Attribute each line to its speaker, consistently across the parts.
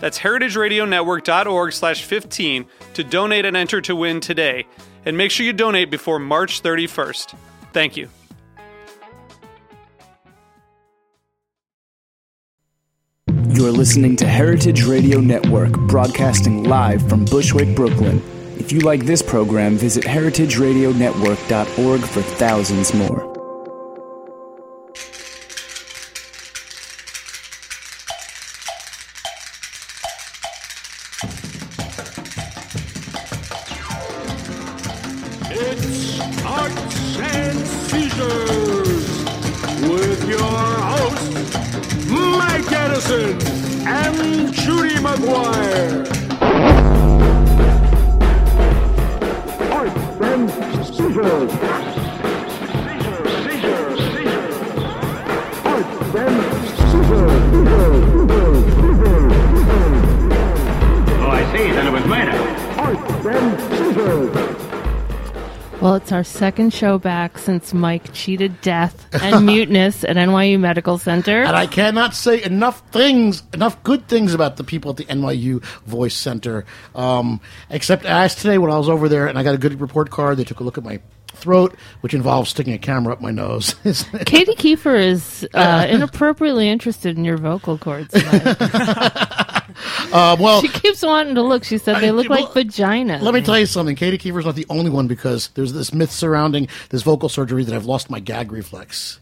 Speaker 1: That's heritageradionetwork.org slash 15 to donate and enter to win today. And make sure you donate before March 31st. Thank you.
Speaker 2: You're listening to Heritage Radio Network, broadcasting live from Bushwick, Brooklyn. If you like this program, visit heritageradionetwork.org for thousands more.
Speaker 3: It's Arts and Seizures with your hosts, Mike Edison and Judy McGuire. Arts and Seizures. Arts and
Speaker 4: Oh, I see. Then it was murder.
Speaker 3: Arts and Seizures.
Speaker 5: Well, it's our second show back since Mike cheated death and muteness at NYU Medical Center.
Speaker 6: And I cannot say enough things, enough good things about the people at the NYU Voice Center. Um, except I asked today when I was over there, and I got a good report card. They took a look at my throat, which involves sticking a camera up my nose.
Speaker 5: Katie Kiefer is uh, inappropriately interested in your vocal cords. Mike.
Speaker 6: uh, well,
Speaker 5: she keeps wanting to look. She said they look
Speaker 6: well,
Speaker 5: like vaginas.
Speaker 6: let me tell you something. Katie Kiefer's not the only one because there's this myth surrounding this vocal surgery that I've lost my gag reflex.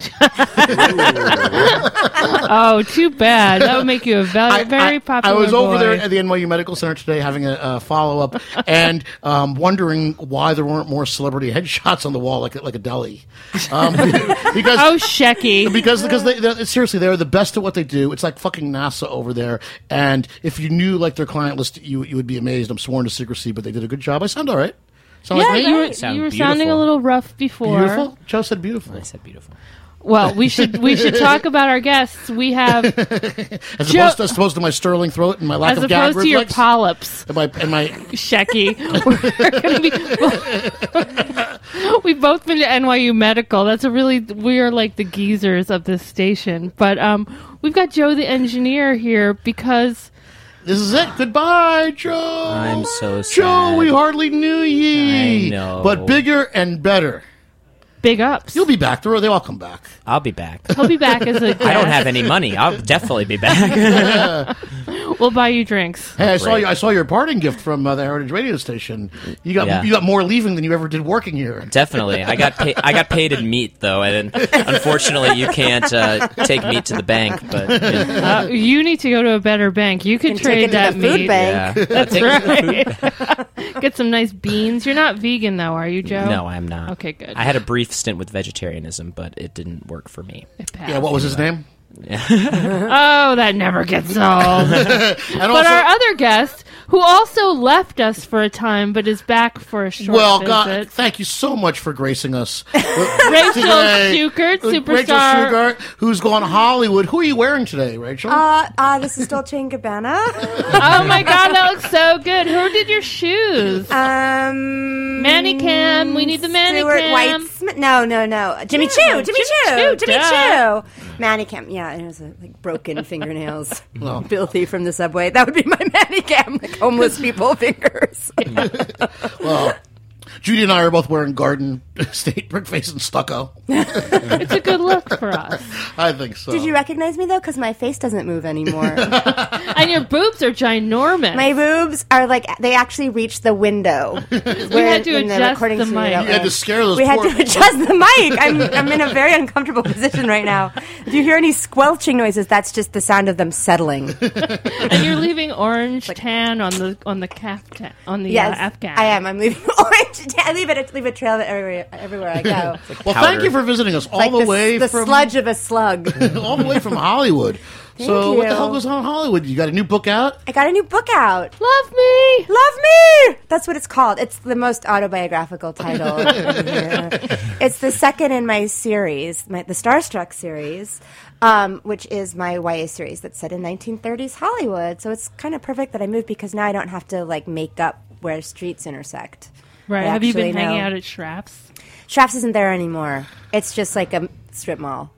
Speaker 5: oh, too bad. That would make you a very, very popular.
Speaker 6: I was over
Speaker 5: boy.
Speaker 6: there at the NYU Medical Center today having a, a follow up and um, wondering why there weren't more celebrity headshots on the wall like a- like a deli, um, because.
Speaker 5: Oh, Shecky.
Speaker 6: because because they they're- seriously they're the best at what they do. It's like fucking NASA over there. And if you knew like their client list, you you would be amazed. I'm sworn to secrecy, but they did a good job. I sound all right. Sound
Speaker 5: yeah,
Speaker 6: like me?
Speaker 5: you were,
Speaker 7: Sound
Speaker 5: you were sounding a
Speaker 7: beautiful.
Speaker 5: little rough before.
Speaker 6: beautiful. Joe said beautiful.
Speaker 7: I said beautiful.
Speaker 5: Well, we should we should talk about our guests. We have
Speaker 6: As
Speaker 5: Joe-
Speaker 6: opposed, as opposed to my sterling throat and my lack
Speaker 5: as
Speaker 6: of gag
Speaker 5: opposed to your
Speaker 6: reflex.
Speaker 5: polyps.
Speaker 6: and my and my
Speaker 5: Shecky. We're gonna be, we've both been to NYU Medical. That's a really we are like the geezers of this station. But um, we've got Joe the engineer here because
Speaker 6: This is it. Goodbye, Joe.
Speaker 7: I'm so sad.
Speaker 6: Joe, we hardly knew ye.
Speaker 7: I know.
Speaker 6: But bigger and better.
Speaker 5: big ups.
Speaker 6: You'll be back. They're- They all come back.
Speaker 7: I'll be back.
Speaker 5: He'll be back as a.
Speaker 7: I don't have any money. I'll definitely be back.
Speaker 5: We'll buy you drinks.
Speaker 6: Hey, I saw
Speaker 7: Great.
Speaker 6: you. I saw your parting gift from uh, the Heritage Radio Station. You got
Speaker 7: Yeah.
Speaker 6: you got more leaving than you ever did working here.
Speaker 7: definitely. I got pay- I got paid in meat though, and unfortunately you can't uh, take meat to the bank. But yeah.
Speaker 5: Uh, you need to go to a better bank. You could
Speaker 8: And
Speaker 5: trade
Speaker 8: take it
Speaker 5: that
Speaker 8: to the food
Speaker 5: meat.
Speaker 7: That's
Speaker 8: bank.
Speaker 5: Right. Get some nice beans. You're not vegan though, are you, Joe?
Speaker 7: No, I'm not.
Speaker 5: Okay, good.
Speaker 7: I had a brief stint with vegetarianism, but it didn't work for me.
Speaker 6: Yeah, what was his name?
Speaker 5: Oh, that never gets old.
Speaker 6: And
Speaker 5: But
Speaker 6: also,
Speaker 5: our other guest, who also left us for a time but is back for a short
Speaker 6: well, God,
Speaker 5: visit,
Speaker 6: thank you so much for gracing us.
Speaker 5: Rachel
Speaker 6: Today,
Speaker 5: Schuchert,
Speaker 6: with
Speaker 5: superstar.
Speaker 6: Rachel Sugart, who's gone Hollywood. Who are you wearing today, Rachel?
Speaker 8: Uh, uh, this is Dolce and Gabbana.
Speaker 5: oh my God, that looks so good. Who did your shoes?
Speaker 8: Um,
Speaker 5: Manicam. We need the
Speaker 8: Stuart
Speaker 5: manicam.
Speaker 8: Weitzman. No, no, no. Jimmy
Speaker 5: Yeah,
Speaker 8: Choo. Jimmy
Speaker 5: Jimmy Choo,
Speaker 8: Choo. Jimmy
Speaker 5: duh.
Speaker 8: Choo. Manicam. Yeah, it was uh, like broken fingernails,
Speaker 6: Well.
Speaker 8: filthy from the subway. That would be my manicam. Like homeless people fingers.
Speaker 6: Judy and I are both wearing garden state brick face and stucco.
Speaker 5: It's a good look for us.
Speaker 6: I think so.
Speaker 8: Did you recognize me though? Because my face doesn't move anymore.
Speaker 5: And your boobs are ginormous.
Speaker 8: my boobs are like they actually reach the window. we
Speaker 5: had to adjust the mic. You
Speaker 6: had to scare those
Speaker 8: We had
Speaker 6: poor
Speaker 8: to adjust the mic. I'm I'm in a very uncomfortable position right now. If you hear any squelching noises, that's just the sound of them settling.
Speaker 5: and you're leaving orange tan on the on the caftan on the
Speaker 8: Yes,
Speaker 5: uh, afghan.
Speaker 8: I am. I'm leaving orange. I leave it. Leave a trail everywhere, everywhere I go.
Speaker 6: well, thank
Speaker 7: powder.
Speaker 6: you for visiting us all
Speaker 8: like
Speaker 6: the,
Speaker 8: the, s-
Speaker 6: way
Speaker 8: the
Speaker 6: from
Speaker 8: sludge of a slug.
Speaker 6: all the way from Hollywood. so what the
Speaker 8: you.
Speaker 6: hell goes on in Hollywood? You got a new book out?
Speaker 5: Uh,
Speaker 8: I got a new book out.
Speaker 5: Love me.
Speaker 8: Love Me! That's what it's called. It's the most autobiographical title. it's the second in my series, my, the Starstruck series, um, which is my YA series that's set in 1930s Hollywood. So it's kind of perfect that I moved because now I don't have to like make up where streets intersect.
Speaker 5: Right.
Speaker 8: I
Speaker 5: Have you been
Speaker 8: actually
Speaker 5: hanging
Speaker 8: know.
Speaker 5: out at Shraps?
Speaker 8: Shafts isn't there anymore. It's just like a strip mall.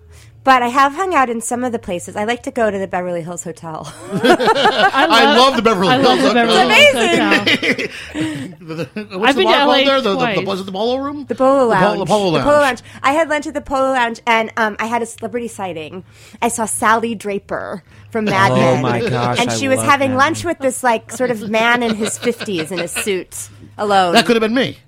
Speaker 8: But I have hung out in some of the places. I like to go to the Beverly Hills Hotel.
Speaker 6: I love the Beverly
Speaker 5: I
Speaker 6: Hills.
Speaker 5: love the Beverly Hills Hotel.
Speaker 6: What's
Speaker 5: I've
Speaker 6: the
Speaker 5: been
Speaker 6: bar
Speaker 5: to
Speaker 6: called
Speaker 5: LA
Speaker 6: there? The, the, the,
Speaker 5: twice.
Speaker 6: was it the ballroom?
Speaker 8: The Polo Lounge.
Speaker 6: The Polo, Lounge.
Speaker 8: I had lunch at the Polo Lounge, and um, I had a celebrity sighting. I saw Sally Draper from Mad
Speaker 7: Oh
Speaker 8: Men.
Speaker 7: my gosh,
Speaker 8: And
Speaker 7: I
Speaker 8: she was
Speaker 7: love
Speaker 8: having
Speaker 7: Mad
Speaker 8: lunch with this like sort of man in his fifties in a suit alone.
Speaker 6: That could have been me.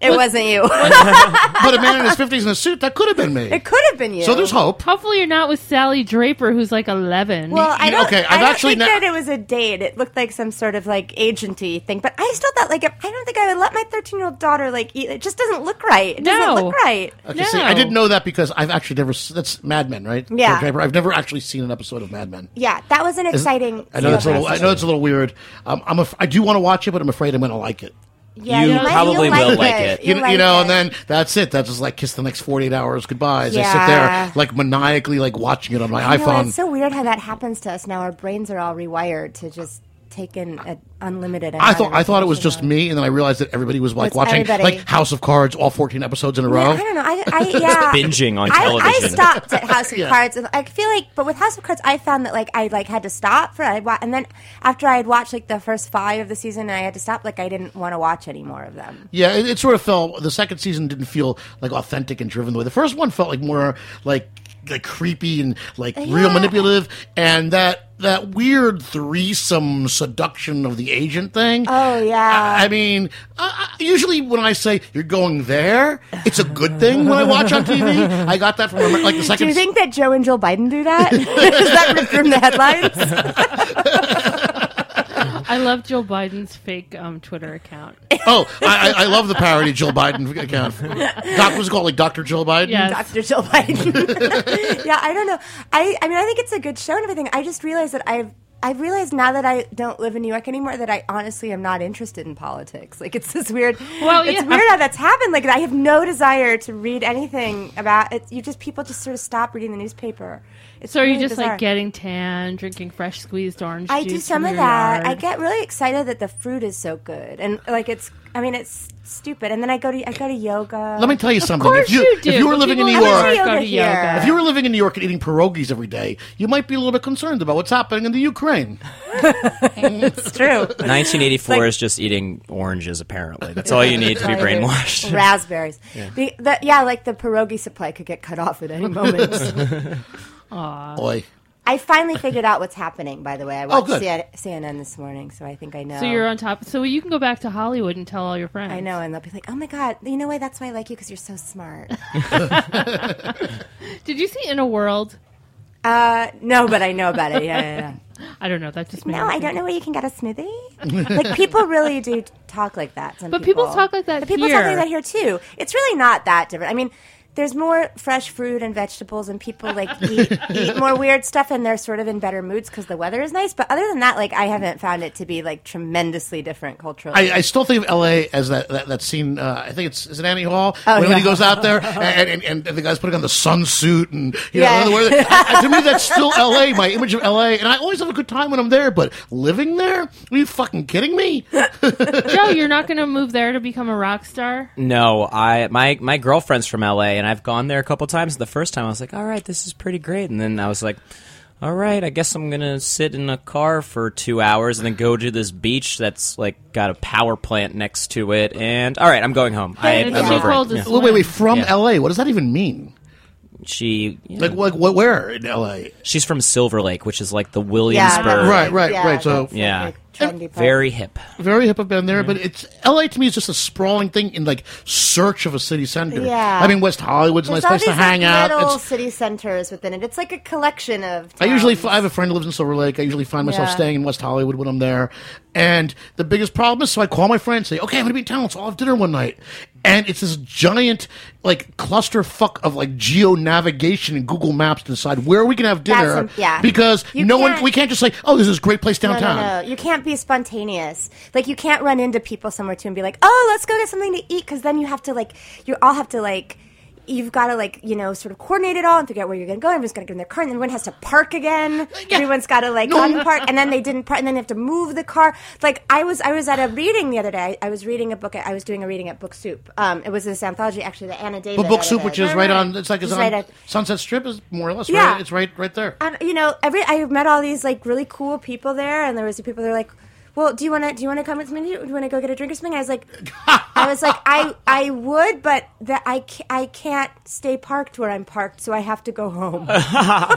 Speaker 8: it wasn't you.
Speaker 6: But a man in his 50s in a suit, that could have been me.
Speaker 8: it could have been you.
Speaker 6: So there's hope.
Speaker 5: Hopefully, you're not with Sally Draper, who's like 11.
Speaker 8: Well, I
Speaker 6: You-
Speaker 8: don't.
Speaker 6: okay,
Speaker 8: I
Speaker 6: I've
Speaker 8: don't
Speaker 6: actually
Speaker 8: think
Speaker 6: ne-
Speaker 8: that it was a date. It looked like some sort of like agenty thing. But I still thought like if, I don't think I would let my thirteen-year-old daughter like eat. It just doesn't look right. It
Speaker 5: No.
Speaker 8: doesn't look right.
Speaker 6: Okay, see, I didn't know that because I've actually never. s- That's Mad Men, right?
Speaker 8: Yeah.
Speaker 6: Judge Draper. I've never actually seen an episode of Mad Men.
Speaker 8: Yeah, that was an exciting.
Speaker 6: I know that's a little. I
Speaker 8: sequence.
Speaker 6: know that's a little weird. Um, I'm. Af- I do want to watch it, but I'm afraid I'm going to like it.
Speaker 8: Yeah,
Speaker 7: You
Speaker 8: might-
Speaker 7: probably
Speaker 8: you'll
Speaker 7: will like it.
Speaker 6: You,
Speaker 8: You'll like
Speaker 6: you know,
Speaker 8: it.
Speaker 6: and then that's it. That's just like kiss the next 48 hours goodbye. As I sit
Speaker 8: Yeah.
Speaker 6: there, like maniacally, like watching it on my
Speaker 8: I know,
Speaker 6: iPhone.
Speaker 8: It's so weird how that happens to us now. Our brains are all rewired to just take in an unlimited.
Speaker 6: I
Speaker 8: amount
Speaker 6: thought
Speaker 8: of
Speaker 6: I thought it was just
Speaker 8: information.
Speaker 6: me, and then I realized that everybody was like
Speaker 8: It's
Speaker 6: watching
Speaker 8: everybody.
Speaker 6: like House of Cards, all 14 episodes in a
Speaker 8: Yeah,
Speaker 6: row.
Speaker 8: I don't know. I, I yeah.
Speaker 7: Binging on
Speaker 8: I, I
Speaker 7: television.
Speaker 8: stopped at House of Cards, and I feel like, but with House of Cards, I found that like I like had to stop for I wa- and then after I had watched like the first five of the season, and I had to stop. Like I didn't want to watch any more of them.
Speaker 6: Yeah, it, it sort of felt. The second season didn't feel like authentic and driven the way the first one felt. Like more like like creepy and like real
Speaker 8: Yeah.
Speaker 6: manipulative, and that that weird threesome seduction of the agent thing.
Speaker 8: Oh, yeah.
Speaker 6: I, I mean, uh, usually when I say you're going there, it's a good thing when I watch on TV. I got that from like the
Speaker 8: Do
Speaker 6: second.
Speaker 8: you think that Joe and Jill Biden do that? Is that ripped from the headlines?
Speaker 5: I love Jill Biden's fake um, Twitter account.
Speaker 6: oh, I, I, I love the parody Jill Biden account. Doc was it called like Doctor Jill Biden.
Speaker 5: Yes.
Speaker 8: Dr. Jill Biden. yeah, I don't know. I, I mean, I think it's a good show and everything. I just realized that I've I've realized now that I don't live in New York anymore that I honestly am not interested in politics. Like it's this weird.
Speaker 5: Well,
Speaker 8: it's
Speaker 5: yeah.
Speaker 8: weird how that's happened. Like I have no desire to read anything about it. You just people just sort of stop reading the newspaper. It's
Speaker 5: So are you
Speaker 8: really
Speaker 5: just
Speaker 8: bizarre.
Speaker 5: like getting tan, drinking fresh squeezed orange
Speaker 8: I
Speaker 5: juice?
Speaker 8: do some
Speaker 5: from
Speaker 8: of
Speaker 5: your
Speaker 8: that. I
Speaker 5: yard?
Speaker 8: get really excited that the fruit is so good and like it's. I mean, it's stupid. And then I go to I go to yoga.
Speaker 6: Let me tell you something.
Speaker 5: course
Speaker 6: if you,
Speaker 5: you do,
Speaker 6: if you were
Speaker 5: but
Speaker 6: living in
Speaker 5: people
Speaker 6: New
Speaker 5: in
Speaker 6: York,
Speaker 5: New
Speaker 8: Yoga
Speaker 5: Go to
Speaker 8: here.
Speaker 5: yoga.
Speaker 6: If you were living in New York and eating pierogies every day, you might be a little bit concerned about what's happening in the Ukraine.
Speaker 8: It's true.
Speaker 7: 1984
Speaker 8: Like-
Speaker 7: is just eating oranges. Apparently, that's all you need to be brainwashed.
Speaker 8: raspberries. Yeah. The, the, yeah, like the pierogi supply could get cut off at any moment.
Speaker 6: Boy,
Speaker 8: I finally figured out what's happening. By the way, I watched
Speaker 6: good.
Speaker 8: C- CNN this morning, so I think I know.
Speaker 5: So you're on top. So you can go back to Hollywood and tell all your friends.
Speaker 8: I know, and they'll be like, "Oh my god, you know why? That's why I like you because you're so smart."
Speaker 5: Did you see In a World?
Speaker 8: uh, no, but I know about it. Yeah, yeah, yeah.
Speaker 5: I don't know. That just made
Speaker 8: No,
Speaker 5: me
Speaker 8: I
Speaker 5: think-
Speaker 8: don't know where you can get a smoothie. like people really do talk like that. Some
Speaker 5: But people talk like that
Speaker 8: But people talk
Speaker 5: here.
Speaker 8: like that here too. It's really not that different. I mean, there's more fresh fruit and vegetables, and people like eat, eat more weird stuff, and they're sort of in better moods because the weather is nice. But other than that, like I haven't found it to be like tremendously different culturally.
Speaker 6: I, I still think of L.A. as that that, that scene. Uh, I think it's is it Annie Hall when
Speaker 8: Oh, yeah.
Speaker 6: he goes out there and, and, and, and the guy's putting on the sunsuit and you
Speaker 8: Yeah.
Speaker 6: know. Where I, to me, that's still L.A. My image of L.A. And I always have a good time when I'm there. But living there, are you fucking kidding me?
Speaker 5: Joe, you're not going to move there to become a rock star.
Speaker 7: No, I my my girlfriend's from LA, and I've gone there a couple times. The first time I was like, "All right, this is pretty great," and then I was like, all right, I guess I'm gonna sit in a car for two hours and then go to this beach that's like got a power plant next to it. And all right, I'm going home. I,
Speaker 5: And it's
Speaker 7: I'm
Speaker 5: too
Speaker 7: over
Speaker 5: cold
Speaker 7: it.
Speaker 5: to
Speaker 7: Yeah.
Speaker 5: sleep.
Speaker 6: Wait, wait, wait. From
Speaker 7: Yeah.
Speaker 6: L.A. What does that even mean?
Speaker 7: She, yeah.
Speaker 6: Like, like what? Where in L.A.?
Speaker 7: she's from Silver Lake, which is like the
Speaker 8: Yeah,
Speaker 7: Williamsburg.
Speaker 8: that's
Speaker 6: Right, right, right, so-
Speaker 8: that's
Speaker 7: Yeah.
Speaker 8: like a trendy part.
Speaker 7: Very hip.
Speaker 6: Very hip up down there, but it's L.A. to me is just a sprawling thing in like search of a city center.
Speaker 8: Yeah.
Speaker 6: I mean West Hollywood's a nice
Speaker 8: There's all
Speaker 6: place
Speaker 8: these
Speaker 6: to hang
Speaker 8: like,
Speaker 6: out.
Speaker 8: little
Speaker 6: It's-
Speaker 8: city centers within it. It's like a collection of.
Speaker 6: I usually,
Speaker 8: towns.
Speaker 6: f- I have a friend who lives in Silver Lake. I usually find myself
Speaker 8: Yeah.
Speaker 6: staying in West Hollywood when I'm there. And the biggest problem is, so I call my friend and say, okay, I'm going to be in town. Let's all have dinner one night. And it's this giant, like, clusterfuck of, like, geo navigation and Google Maps to decide where we can have dinner.
Speaker 8: That's a- yeah.
Speaker 6: Because
Speaker 8: You
Speaker 6: no one,
Speaker 8: can't-
Speaker 6: we can't just say, oh, there's this great place
Speaker 8: No,
Speaker 6: downtown.
Speaker 8: no, no. You can't be spontaneous. Like you can't run into people somewhere too and be like, "Oh, let's go get something to eat," because then you have to like, you all have to like, you've got to like, you know, sort of coordinate it all and figure out where you're going to go. Everyone's got to get in their car, and then everyone has to park again. Everyone's got to like un- park, and then they didn't park, and then they have to move the car. Like I was, I was at a reading the other day. I, I was reading a book. At, I was doing a reading at Book Soup. Um, it was this anthology actually that Anna David.
Speaker 6: But Book Soup, which is
Speaker 8: edited.
Speaker 6: right on, it's like, it's
Speaker 8: Just
Speaker 6: on
Speaker 8: right at-
Speaker 6: Sunset Strip, is more or less,
Speaker 8: Yeah.
Speaker 6: right? It's right, right there.
Speaker 8: and you know, every I met all these like really cool people there, and there was the people that were like, "Well, do you want to do you want to come with me? Do you want to go get a drink or something?" I was like, I was like, I I would, but that I ca- I can't stay parked where I'm parked, so I have to go home.
Speaker 6: So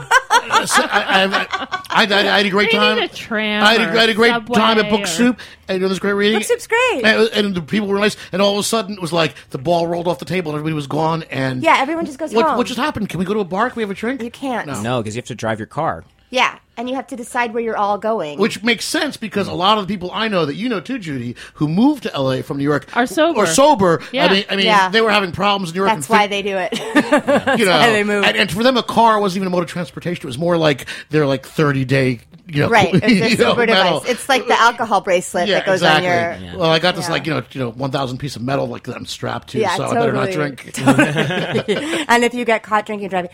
Speaker 6: I, I, I, I, I had a great
Speaker 5: They
Speaker 6: time.
Speaker 5: need a tram
Speaker 6: I had a,
Speaker 5: or
Speaker 6: I had a great
Speaker 5: subway
Speaker 6: time at Book
Speaker 5: or-
Speaker 6: Soup. I know this great reading.
Speaker 8: Book Soup's great.
Speaker 6: And, and the people were nice. And all of a sudden, it was like the ball rolled off the table and everybody was gone. And
Speaker 8: Yeah, everyone just goes
Speaker 6: what,
Speaker 8: home.
Speaker 6: What just happened? Can we go to a bar? Can we have a drink?
Speaker 8: You can't.
Speaker 6: No.
Speaker 7: No, because you have to drive your car.
Speaker 8: Yeah, and you have to decide where you're all going.
Speaker 6: Which makes sense because a lot of the people I know that you know too, Judy, who moved to LA from New York
Speaker 5: Are sober.
Speaker 6: Or sober. I
Speaker 5: Yeah.
Speaker 6: mean, I mean
Speaker 8: Yeah.
Speaker 6: they were having problems in New York.
Speaker 8: that's
Speaker 6: and
Speaker 8: why
Speaker 6: fi-
Speaker 8: they do it.
Speaker 6: you know,
Speaker 8: why they moved.
Speaker 6: And, and for them, a car wasn't even a mode of transportation. It was more like their like thirty day, you know,
Speaker 8: right, it's
Speaker 6: you
Speaker 8: a
Speaker 6: know,
Speaker 8: super
Speaker 6: metal.
Speaker 8: device. It's like the alcohol bracelet that goes on your.
Speaker 6: Well, I got this
Speaker 8: Yeah.
Speaker 6: like you know, you know, one thousand piece of metal like that I'm strapped to,
Speaker 8: Yeah,
Speaker 6: so I better not
Speaker 8: totally.
Speaker 6: drink.
Speaker 8: and if you get caught drinking and driving,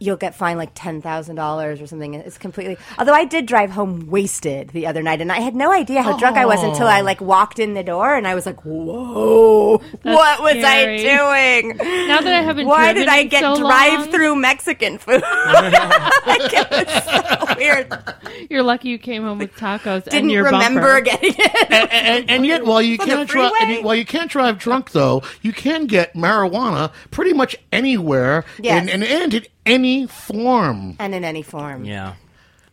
Speaker 8: you'll get fined like ten thousand dollars or something. It's completely. Although I did drive home wasted the other night, and I had no idea how drunk I was until
Speaker 5: Oh.
Speaker 8: I like walked in the door, and I was like, "Whoa, what was
Speaker 5: scary.
Speaker 8: I doing?
Speaker 5: Now that I haven't
Speaker 8: Why
Speaker 5: driven
Speaker 8: did I
Speaker 5: in
Speaker 8: get
Speaker 5: so long,
Speaker 8: drive-through Mexican food? like, it was so weird.
Speaker 5: You're lucky you came home with tacos.
Speaker 8: Didn't
Speaker 5: and your bumper.
Speaker 8: remember getting it.
Speaker 6: and, and, and yet, while you
Speaker 8: On the
Speaker 6: can't drive,
Speaker 8: freeway?
Speaker 6: while you can't drive drunk, though, you can get marijuana pretty much anywhere,
Speaker 8: Yes.
Speaker 6: and, and and in any form.
Speaker 8: and in any form,
Speaker 7: Yeah.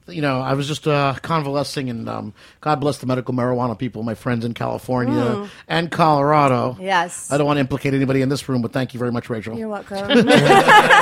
Speaker 6: You know, I was just uh, convalescing, and um, God bless the medical marijuana people, my friends in California and Colorado.
Speaker 8: Hmm. Yes.
Speaker 6: I don't want to implicate anybody in this room, but thank you very much, Rachel.
Speaker 8: You're welcome.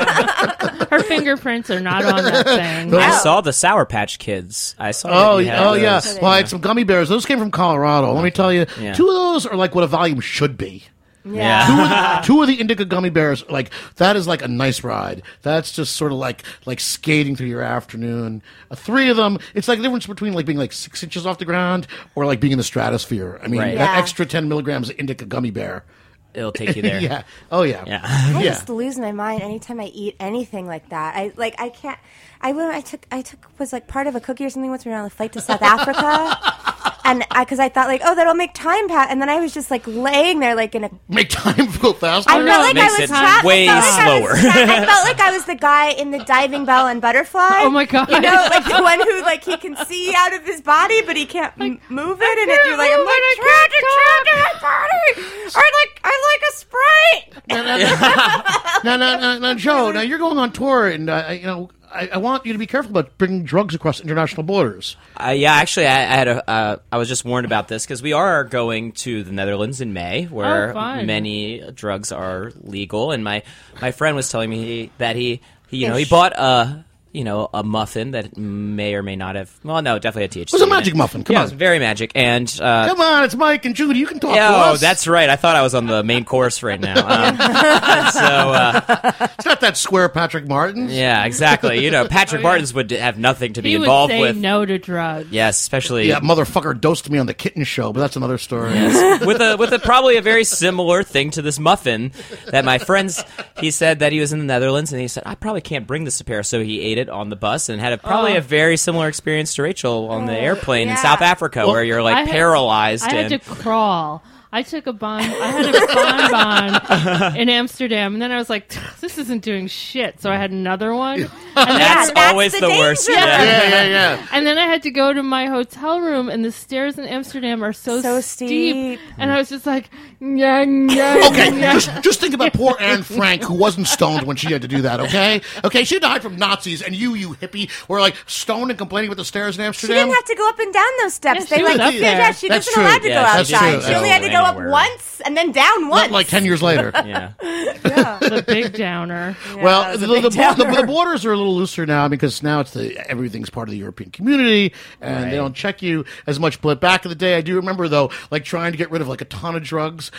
Speaker 5: Her fingerprints are not on that thing.
Speaker 7: I saw the Sour Patch Kids. I saw.
Speaker 6: Oh,
Speaker 7: that you had
Speaker 6: yeah. oh
Speaker 7: those.
Speaker 6: yeah. Well, I had some gummy bears. Those came from Colorado. Let me tell you,
Speaker 7: Yeah.
Speaker 6: two of those are like what a volume should be.
Speaker 7: Yeah.
Speaker 6: Two of, the, two of the indica gummy bears, like that is like a nice ride. That's just sort of like like skating through your afternoon. Uh, three of them, it's like the difference between like being like six inches off the ground or like being in the stratosphere. I mean,
Speaker 7: Right.
Speaker 6: that
Speaker 8: Yeah.
Speaker 6: extra ten milligrams of indica gummy bear.
Speaker 7: It'll take you there.
Speaker 6: Yeah. Oh yeah.
Speaker 7: Yeah.
Speaker 8: I
Speaker 6: Yeah.
Speaker 8: just lose my mind anytime I eat anything like that. I like I can't. I went. I took. I took was like part of a cookie or something once we were on a flight to South Africa, and because I, thought like, oh, that'll make time pass, and then I was just like laying there like in a.
Speaker 6: Make time go faster.
Speaker 8: I felt like I
Speaker 7: makes
Speaker 8: was
Speaker 7: Oh, it
Speaker 8: trapped.
Speaker 7: way
Speaker 8: I felt like I
Speaker 7: slower.
Speaker 8: was trapped. I felt like I was the guy in the diving bell and butterfly.
Speaker 5: Oh my god!
Speaker 8: You know, like the one who like he can see out of his body, but he can't m- move it, and it,
Speaker 5: can't
Speaker 8: you're like, I'm
Speaker 5: move
Speaker 8: like
Speaker 5: it,
Speaker 8: trapped,
Speaker 5: I
Speaker 8: trapped in my body, or like I like a sprite.
Speaker 6: no, no, no, no, no, no, no, Joe. Now you're going on tour, and uh, I- you know I, I want you to be careful about bringing drugs across international borders.
Speaker 7: Uh, yeah, actually, I, I had a. Uh, I was just warned about this because we are going to the Netherlands in May, where
Speaker 5: Oh, fun.
Speaker 7: many drugs are legal. And my my friend was telling me he, that he, he you know he
Speaker 8: Ish.
Speaker 7: bought a you know a muffin that may or may not have. Well, no, definitely a THC.
Speaker 6: was a
Speaker 7: in it.
Speaker 6: magic muffin, come
Speaker 7: yeah,
Speaker 6: on.
Speaker 7: it was very magic. And uh,
Speaker 6: Come on, it's Mike and Judy. You can talk. to
Speaker 7: yeah, oh,
Speaker 6: us.
Speaker 7: that's right. I thought I was on the main course right now. Um, and so uh,
Speaker 6: it's not that square Patrick Martin.
Speaker 7: yeah, exactly. You know, Patrick Martins would have nothing to
Speaker 5: Oh,
Speaker 7: be
Speaker 5: he would
Speaker 7: involved
Speaker 5: say
Speaker 7: with.
Speaker 5: no to drugs.
Speaker 7: Yes, especially
Speaker 6: Yeah, motherfucker dosed me on the kitten show, but that's another story.
Speaker 7: with a with a probably a very similar thing to this muffin that my friends he said that he was in the Netherlands and he said I probably can't bring this to Paris so he ate it on the bus and had a, probably a
Speaker 5: Oh.
Speaker 7: very similar experience to Rachel on the airplane in
Speaker 8: yeah.
Speaker 7: South Africa where you're like
Speaker 5: I had-
Speaker 7: paralyzed
Speaker 5: I had
Speaker 7: and
Speaker 5: to crawl. I took a bon. I had a bonbon in Amsterdam, and then I was like, "This isn't doing shit." So I had another one, and
Speaker 7: That's
Speaker 8: that's
Speaker 7: always
Speaker 8: the
Speaker 7: the, worst.
Speaker 8: danger.
Speaker 7: Yeah.
Speaker 6: Yeah, yeah, yeah.
Speaker 5: And then I had to go to my hotel room, and the stairs in Amsterdam are so,
Speaker 8: So steep.
Speaker 5: And I was just like, yeah, yeah,
Speaker 6: Okay, just, just think about poor Anne Frank, who wasn't stoned when she had to do that, okay? Okay, she died from Nazis, and you, you hippie, were like stoned and complaining about the stairs in
Speaker 8: She
Speaker 6: Amsterdam.
Speaker 8: didn't have to go up and down those steps.
Speaker 5: Yeah,
Speaker 8: they
Speaker 5: she
Speaker 8: like
Speaker 5: was up
Speaker 8: yeah,
Speaker 5: there.
Speaker 8: yeah, she
Speaker 6: That's
Speaker 8: wasn't
Speaker 6: true.
Speaker 8: allowed to
Speaker 7: Yeah,
Speaker 8: go
Speaker 7: that's
Speaker 8: outside.
Speaker 6: true.
Speaker 8: She only had to go up
Speaker 7: Anywhere.
Speaker 8: once and then down
Speaker 6: Not
Speaker 8: once.
Speaker 6: like 10 years later.
Speaker 7: Yeah.
Speaker 5: the big downer.
Speaker 6: Well,
Speaker 8: was
Speaker 6: the,
Speaker 8: a
Speaker 6: the,
Speaker 8: big
Speaker 6: bo- the,
Speaker 8: downer.
Speaker 6: the borders are a little looser now because now it's the everything's part of the European community and they don't check you as much. But back in the day, I do remember though, like trying to get rid of like a ton of drugs.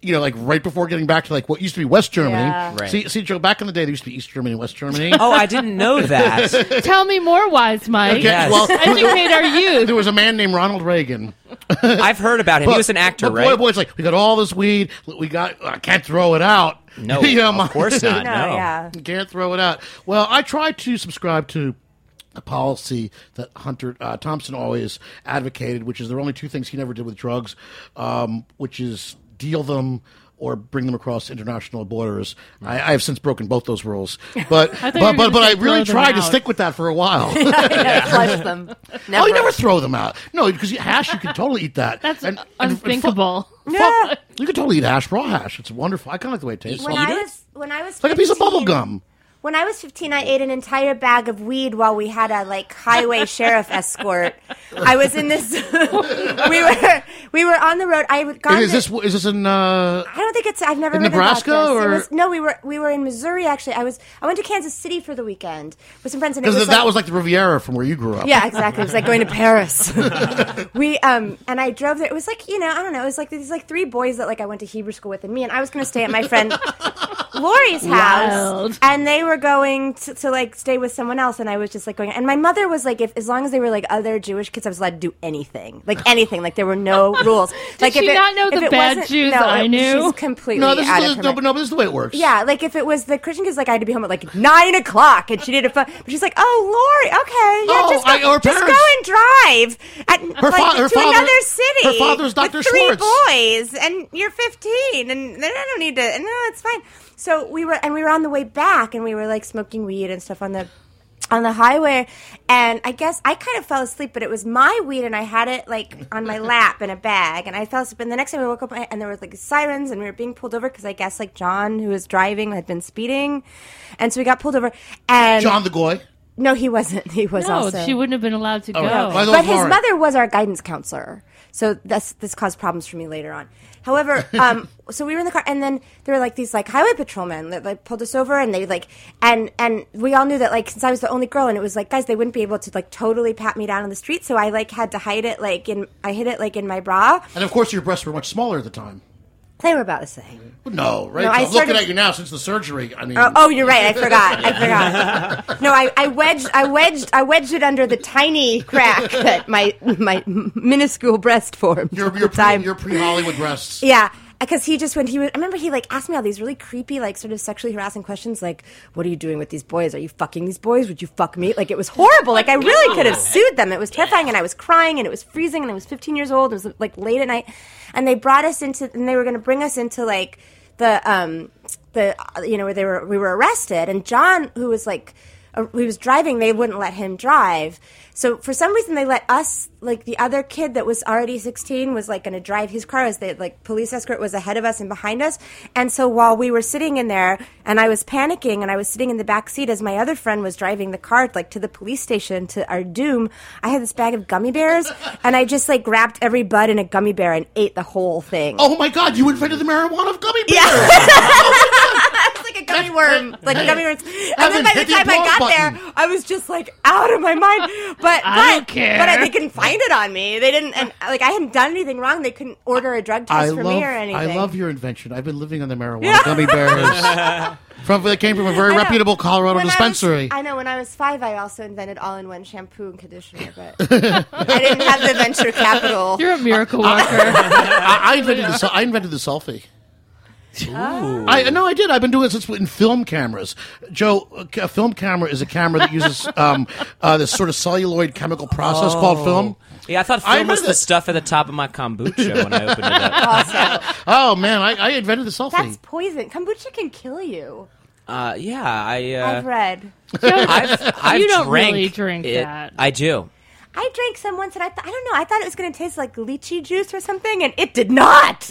Speaker 6: You know, like right before getting back to like what used to be West Germany.
Speaker 8: Yeah.
Speaker 7: Right.
Speaker 6: See, see, Joe, back in the day, there used to be East Germany and West Germany.
Speaker 7: Oh, I didn't know that.
Speaker 5: Tell me more, wise Mike.
Speaker 7: Yes.
Speaker 6: well,
Speaker 5: Educate our youth.
Speaker 6: there was a man named Ronald Reagan.
Speaker 7: I've heard about him. he
Speaker 6: But-
Speaker 7: was an actor,
Speaker 6: but boy,
Speaker 7: right?
Speaker 6: boy, it's like we got all this weed. We got. I can't throw it out.
Speaker 7: No,
Speaker 6: You know,
Speaker 7: of
Speaker 6: my-
Speaker 7: course not.
Speaker 8: no,
Speaker 7: No,
Speaker 8: yeah.
Speaker 6: You can't throw it out. Well, I try to subscribe to a policy that Hunter uh, Thompson always advocated, which is there are only two things he never did with drugs, um, which is deal them or bring them across international borders. I, I have since broken both those rules, but
Speaker 5: Hmm. thought you were
Speaker 6: but but,
Speaker 5: gonna
Speaker 6: but
Speaker 5: say
Speaker 6: I really
Speaker 5: throw them
Speaker 6: tried to
Speaker 5: out.
Speaker 6: stick with that for a while.
Speaker 8: Flush them.
Speaker 6: Oh, you never throw them out. No, because you- hash you can totally eat that.
Speaker 5: That's
Speaker 6: And- and- and fu-
Speaker 5: unthinkable.
Speaker 6: fuck, you can totally eat hash, raw hash. It's wonderful. I kind of like the way it tastes.
Speaker 8: When
Speaker 6: I'll eat
Speaker 8: I
Speaker 6: it.
Speaker 8: was when I was
Speaker 6: like a piece of bubble
Speaker 8: 15,
Speaker 6: gum.
Speaker 8: When I was 15, I ate an entire bag of weed while we had a like highway sheriff escort. I was in this. we were we were on the road. I would- got
Speaker 6: Is this is this in uh,
Speaker 8: I don't think it's. I've never
Speaker 6: In
Speaker 8: written
Speaker 6: Nebraska,
Speaker 8: about this. It
Speaker 6: or-
Speaker 8: was- no, we were we were in Missouri actually. I was I went to Kansas City for the weekend with some friends, and it was
Speaker 6: Because
Speaker 8: like,
Speaker 6: that was like the Riviera from where you grew up.
Speaker 8: yeah, exactly. It was like going to Paris. we um and I drove there. It was like you know I don't know. It was like these like three boys that like I went to Hebrew school with and me and I was going to stay at my friend Lori's
Speaker 5: Wild.
Speaker 8: house and they were going to, to like stay with someone else and I was just like going and my mother was like if as long as they were like other Jewish kids I was allowed to do anything like anything like there were no rules. like
Speaker 5: she not know the bad
Speaker 8: wasn't-
Speaker 5: Jews
Speaker 8: no,
Speaker 5: I
Speaker 8: it-
Speaker 5: knew?
Speaker 8: She's completely
Speaker 6: No, this
Speaker 8: out
Speaker 6: is
Speaker 8: of her
Speaker 6: no,
Speaker 8: mind.
Speaker 6: but no, but this is the way it works.
Speaker 8: Yeah, like if it was the Christian kids, like I had to be home at like nine o'clock, and she did a phone. But she's like, "Oh, Lori, okay, yeah,
Speaker 6: Oh,
Speaker 8: just go,
Speaker 6: I- or
Speaker 8: just
Speaker 6: parents-
Speaker 8: go and drive at,
Speaker 6: Her
Speaker 8: like,
Speaker 6: fa- her
Speaker 8: to
Speaker 6: father-
Speaker 8: another city.
Speaker 6: her father's Dr.
Speaker 8: With three
Speaker 6: Schwartz.
Speaker 8: boys, and you're 15, and then I don't need to. And no, it's fine. So we were, and we were on the way back, and we were like smoking weed and stuff on the on the highway and i guess i kind of fell asleep but it was my weed and i had it like on my lap in a bag and i fell asleep and the next time i woke up and there was like sirens and we were being pulled over because i guess like john who was driving had been speeding and so we got pulled over and
Speaker 6: John the Goy.
Speaker 8: no he wasn't he was
Speaker 5: No,
Speaker 8: also
Speaker 5: she wouldn't have been allowed to go.
Speaker 6: Oh, yeah. By the way,
Speaker 8: but his
Speaker 6: Lauren-
Speaker 8: mother was our guidance counselor so this this caused problems for me later on however um so we were in the car and then there were like these like highway patrolmen that like pulled us over and they like and and we all knew that like since i was the only girl and it was like guys they wouldn't be able to like totally pat me down on the street so i like had to hide it like in i hid it like in my bra
Speaker 6: And of course, your breasts were much smaller at the time.
Speaker 8: they were about the same
Speaker 6: Mm-hmm. No, right?
Speaker 8: No, I
Speaker 6: I'm looking
Speaker 8: started-
Speaker 6: at you now since the surgery. I mean,
Speaker 8: Oh, oh, you're right. I forgot. I forgot. No, I, I wedged, I wedged, I wedged it under the tiny crack that my my minuscule breast formed.
Speaker 6: your,
Speaker 8: at
Speaker 6: your,
Speaker 8: the time.
Speaker 6: pre, your pre-Hollywood breasts.
Speaker 8: yeah. Because he just when he was, I remember he like asked me all these really creepy, like sort of sexually harassing questions, like, "What are you doing with these boys? Are you fucking these boys? Would you fuck me?" Like it was horrible. Like I really could have sued them. It was terrifying, and I was crying, and it was freezing, and I was 15 years old. It was like late at night, and they brought us into, and they were going to bring us into like the um the you know where they were we were arrested and John who was like uh, who was driving they wouldn't let him drive so for some reason they let us like the other kid that was already 16 was like going to drive his car as the like police escort was ahead of us and behind us and so while we were sitting in there and I was panicking and I was sitting in the back seat as my other friend was driving the car like to the police station to our doom I had this bag of gummy bears and I just like grabbed every bud in a gummy bear and ate the whole thing
Speaker 6: Oh my God! You invented the marijuana of gummy bears.
Speaker 8: Yeah. I was like a gummy
Speaker 6: That's-
Speaker 8: worm, like
Speaker 6: hey,
Speaker 8: gummy worms. And
Speaker 6: Evan,
Speaker 8: then by
Speaker 6: hit
Speaker 8: the
Speaker 6: the
Speaker 8: time I
Speaker 6: applause
Speaker 8: got
Speaker 6: button.
Speaker 8: there, I was just like out of my mind. But
Speaker 5: I
Speaker 8: but,
Speaker 5: don't care.
Speaker 8: but I, they couldn't find it on me. They didn't, and like I hadn't done anything wrong. They couldn't order a drug test
Speaker 6: I
Speaker 8: for
Speaker 6: love,
Speaker 8: me or anything.
Speaker 6: I love your invention. I've been living on the marijuana
Speaker 8: Yeah.
Speaker 6: gummy bears. from it came from a very
Speaker 8: I know.
Speaker 6: reputable Colorado
Speaker 8: When I was-
Speaker 6: dispensary.
Speaker 8: I, know. When I was five, I also invented all-in-one shampoo and conditioner, but I didn't have the venture capital.
Speaker 5: You're a miracle worker.
Speaker 6: I, I invented the, sel- I invented the selfie. I no, I did. I've been doing this since in film cameras. Joe, a ca- film camera is a camera that uses um, uh, this sort of celluloid chemical process called film.
Speaker 7: Yeah, I thought
Speaker 6: I
Speaker 7: film was
Speaker 6: know
Speaker 7: the
Speaker 6: that-
Speaker 7: stuff at the top of my kombucha when I opened it up.
Speaker 8: Also,
Speaker 6: Oh man, I, I invented the selfie.
Speaker 8: that's poison. Kombucha can kill you.
Speaker 7: Uh, yeah, I.
Speaker 8: I've
Speaker 7: Uh,
Speaker 8: read.
Speaker 7: I've, I've
Speaker 5: don't
Speaker 7: drank
Speaker 5: really drink
Speaker 7: it.
Speaker 5: that.
Speaker 7: I do.
Speaker 8: I drank some once, and I thought I don't know. I thought it was going to taste like lychee juice or something, and it did not.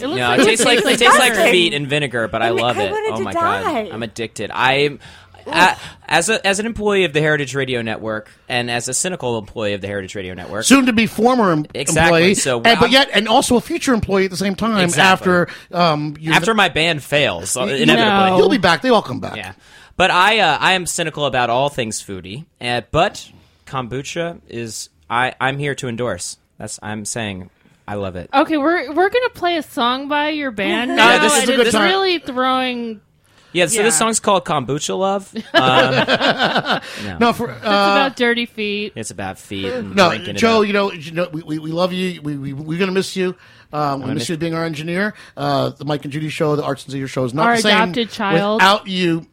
Speaker 5: looks
Speaker 7: No, it tastes like it tastes like
Speaker 8: Disgusting.
Speaker 7: feet and vinegar, but I
Speaker 8: I mean,
Speaker 7: love
Speaker 8: I
Speaker 7: it.
Speaker 8: wanted
Speaker 7: Oh
Speaker 8: to
Speaker 7: my
Speaker 8: die.
Speaker 7: god, I'm addicted. I'm a- as a, as an employee of the Heritage Radio Network and as a cynical employee of the Heritage Radio Network.
Speaker 6: Soon to be former em-
Speaker 7: Exactly,
Speaker 6: employee,
Speaker 7: so
Speaker 6: and- but
Speaker 7: I'm-
Speaker 6: yet, and also a future employee at the same time.
Speaker 7: Exactly.
Speaker 6: After, um, you,
Speaker 7: after my band fails, uh,
Speaker 6: you-
Speaker 7: inevitably.
Speaker 6: you'll be back. They all come back.
Speaker 7: Yeah, but I uh, I am cynical about all things foodie, uh, but kombucha is I I'm here to endorse. That's I'm saying I love it.
Speaker 5: Okay, we're we're gonna play a song by your band.
Speaker 7: Yeah,
Speaker 5: now,
Speaker 7: this is
Speaker 5: and
Speaker 7: a good
Speaker 5: it's
Speaker 6: time.
Speaker 5: really throwing.
Speaker 7: Yeah, so this
Speaker 5: yeah.
Speaker 7: song's called Kombucha Love. Um,
Speaker 6: No, for,
Speaker 5: It's
Speaker 6: uh,
Speaker 5: about dirty feet.
Speaker 7: it's about feet. And
Speaker 6: no,
Speaker 7: drinking it
Speaker 6: Joe.
Speaker 7: up.
Speaker 6: You know, you know, we, we, we love you. We, we we're gonna miss you. Um, we miss you being our engineer. Uh, the Mike and Judy show, the Arts and Theater show is not
Speaker 5: Our
Speaker 6: the same
Speaker 5: adopted child.
Speaker 6: without you.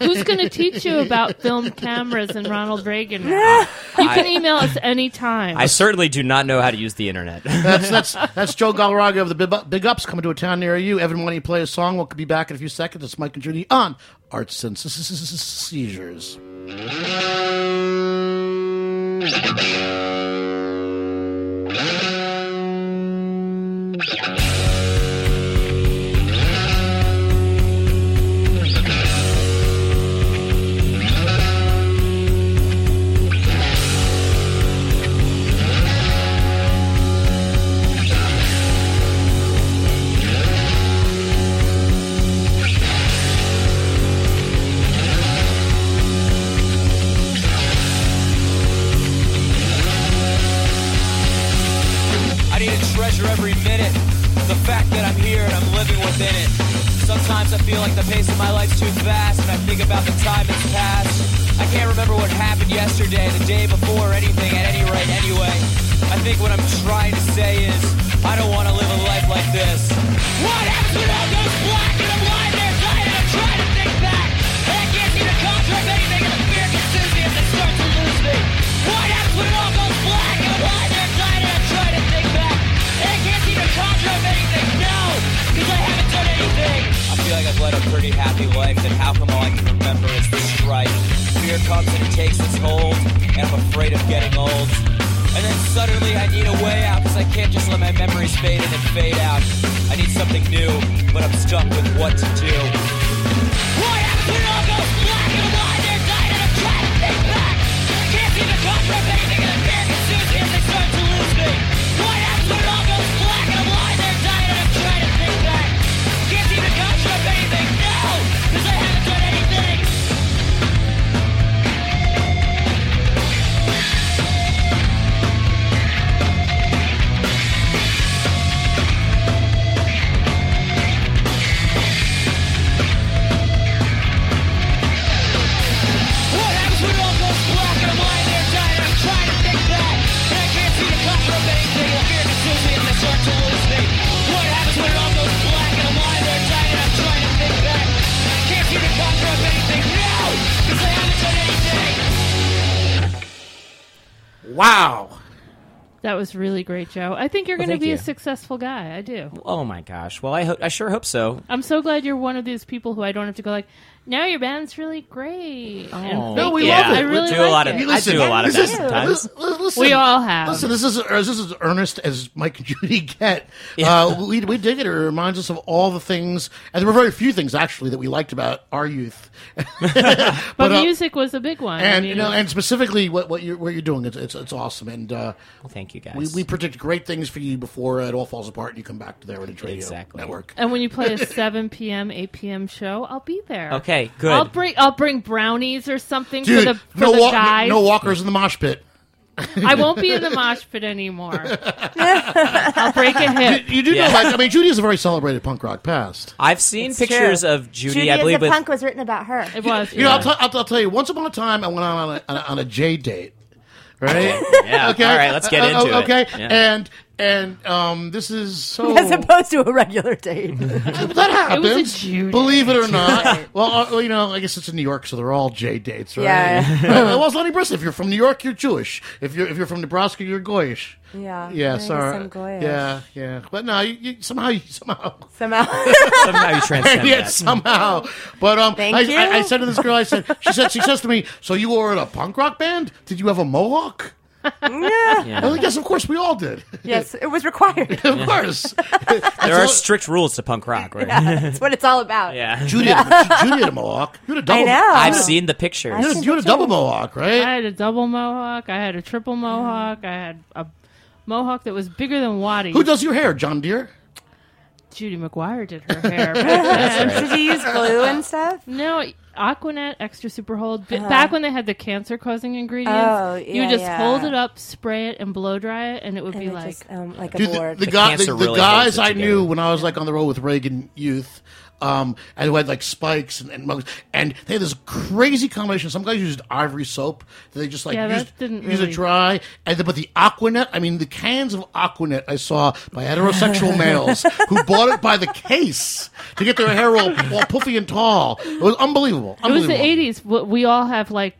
Speaker 5: Who's gonna teach you about film cameras and Ronald Reagan? Now? You can email us anytime.
Speaker 7: I certainly do not know how to use the internet.
Speaker 6: That's that's that's Joe Galarraga of the Big, Big Ups coming to a town near you. Evan, why don't you play a song? We'll be back in a few seconds. It's Mike and Judy on Arts and Se- Se- Se- Se- Seizures.
Speaker 9: I need to treasure every minute. The fact that I'm here and I'm living within it. Sometimes I feel like the pace of my life's too fast, and I think about the time that's passed. I can't remember what happened yesterday, the day before, or anything, at any rate, anyway. I think what I'm trying to say is, I don't want to live a life like this. What happens when all goes black and I'm lying there dying? I'm trying to think back, and I can't seem to contract anything, and the fear consumes me as I start to lose me. What happens when it all goes black and I'm lying there dying? and I'm trying to think back. And I can't seem to conjure up anything now, because I haven't done anything. I feel like I've led a pretty happy life, and how come all I can remember is the strife? Fear comes and it takes its hold, and I'm afraid of getting old. And then suddenly I need a way out, because I can't just let my memories fade and then fade out. I need something new, but I'm stuck with what to do. What happens when it all goes black and why they're dying and I'm trying to think back? I can't seem to conjure up anything and the fear consumes me as I start to lose me. What happens when it all goes black and I'm lying there dying and I'm trying to think back? Can't seem to conjure up anything now, because I haven't done anything. What happens when all goes black and I'm lying there dying? I'm trying to think back, and I can't see the cover of anything. The fear consumes me and I start to lose me. What happens when it all goes black and I'm lying there dying? I'm trying to think back, and I can't see the cover of anything now, 'cause I haven't done anything.
Speaker 6: Wow.
Speaker 5: that was really great, Joe. I think you're gonna
Speaker 7: thank
Speaker 5: be
Speaker 7: you.
Speaker 5: a successful guy. I do.
Speaker 7: oh my gosh. Well, I ho- I sure hope so.
Speaker 5: I'm so glad you're one of these people who I don't have to go like. Now your band's really great.
Speaker 7: Oh.
Speaker 5: and
Speaker 7: No,
Speaker 6: we
Speaker 5: thank
Speaker 6: love
Speaker 5: you."
Speaker 6: it.
Speaker 5: I
Speaker 6: We
Speaker 5: really
Speaker 7: do a
Speaker 5: like
Speaker 7: lot of-
Speaker 5: it.
Speaker 7: I do a lot of
Speaker 6: this
Speaker 7: that
Speaker 6: is-
Speaker 7: sometimes.
Speaker 6: this- listen.
Speaker 5: We all have.
Speaker 6: Listen, this is uh, this is as earnest as Mike and Judy get. Uh, we we dig it. It reminds us of all the things, and there were very few things actually that we liked about our youth.
Speaker 5: But,
Speaker 6: uh,
Speaker 5: music was a big one. I
Speaker 6: and
Speaker 5: mean,
Speaker 6: you know, and specifically what what you're what you're doing, it's it's, it's awesome. And uh,
Speaker 7: Well, thank you guys.
Speaker 6: we, we predict great things for you before uh, it all falls apart and you come back to the Heritage Radio
Speaker 7: Exactly.
Speaker 6: Network.
Speaker 5: And when you play a 7 p.m., 8 p.m. show, I'll be there.
Speaker 7: Okay, good.
Speaker 5: I'll bring I'll bring brownies or something
Speaker 6: Dude,
Speaker 5: for the for
Speaker 6: no,
Speaker 5: the
Speaker 6: wa-
Speaker 5: guys.
Speaker 6: no walkers in the mosh pit.
Speaker 5: I won't be in the mosh pit anymore. I'll break a hip.
Speaker 6: You do
Speaker 7: Yeah.
Speaker 6: know, like, I mean, Judy is a very celebrated punk rock past.
Speaker 7: I've seen
Speaker 8: It's
Speaker 7: pictures
Speaker 8: true.
Speaker 7: of Judy,
Speaker 8: Judy
Speaker 7: I believe
Speaker 8: and the
Speaker 7: with
Speaker 8: Punk was written about her.
Speaker 5: It was.
Speaker 6: You know, I'll, tell- I'll, I'll tell you. Once upon a time, I went on a, on a, on a J date, right?
Speaker 7: Yeah. All right, let's get
Speaker 6: Uh,
Speaker 7: into it.
Speaker 6: okay.
Speaker 7: Yeah.
Speaker 6: And And um, this is so
Speaker 10: As opposed to a regular date.
Speaker 6: that happens.
Speaker 5: was a Jew
Speaker 6: Believe it or not. well, uh, well, you know, I guess it's in New York, so they're all J dates, right?
Speaker 10: Yeah.
Speaker 6: Uh, well, it's Lenny Bruce. If you're from New York, you're Jewish. If you're if you're from Nebraska, you're Goyish.
Speaker 10: Yeah.
Speaker 6: Yeah,
Speaker 10: I guess
Speaker 6: sorry.
Speaker 10: I'm Goyish.
Speaker 6: Yeah, yeah. But no, you, you, somehow, you, somehow,
Speaker 10: Somehow.
Speaker 7: Somehow you transcend
Speaker 6: yeah,
Speaker 7: that.
Speaker 6: somehow. But um,
Speaker 10: Thank
Speaker 6: I,
Speaker 10: you.
Speaker 6: I, I said to this girl, I said, she said, she says to me, so you were in a punk rock band? Did you have a mohawk?
Speaker 10: Yeah.
Speaker 6: I was like, yes, of course, we all did.
Speaker 10: Yes, it was required.
Speaker 6: of course.
Speaker 7: There are strict rules to punk rock, right? Yeah.
Speaker 10: That's what it's all about.
Speaker 6: Judy, had, Judy had a mohawk. You had a double.
Speaker 10: I know.
Speaker 7: Oh, I've seen the pictures.
Speaker 6: You had, you had a double mohawk,
Speaker 5: I
Speaker 6: right?
Speaker 5: had a double mohawk. I had a triple mohawk. I had a mohawk that was bigger than Waddy.
Speaker 6: Who does your hair, John Deere?
Speaker 5: Judy McGuire did her hair. back then.
Speaker 10: Did you use glue and stuff?
Speaker 5: No, Aquanet Extra Super Hold. B- Back when they had the cancer causing ingredients,
Speaker 10: Uh-huh. Oh,
Speaker 5: you
Speaker 10: yeah,
Speaker 5: would just
Speaker 10: yeah.
Speaker 5: hold it up, spray it, and blow dry it, and it would
Speaker 10: And
Speaker 5: be
Speaker 10: it
Speaker 5: like.
Speaker 10: just, um, like a
Speaker 6: Dude, the,
Speaker 10: board.
Speaker 6: the, guy, the,
Speaker 7: cancer
Speaker 6: the
Speaker 7: really
Speaker 6: guys
Speaker 7: holds it
Speaker 6: I
Speaker 7: together.
Speaker 6: knew when I was like on the road with Reagan Youth, um, and who had like spikes and, and mugs, and they had this crazy combination. Some guys used ivory soap. that They just like
Speaker 5: Yeah, that
Speaker 6: used,
Speaker 5: didn't
Speaker 6: use it
Speaker 5: really-
Speaker 6: dry, and the, but the Aquanet. I mean, the cans of Aquanet I saw by heterosexual males who bought it by the case to get their hair all, all poofy and tall. It was unbelievable.
Speaker 5: it was
Speaker 6: unbelievable.
Speaker 5: the 80s. W- We all have like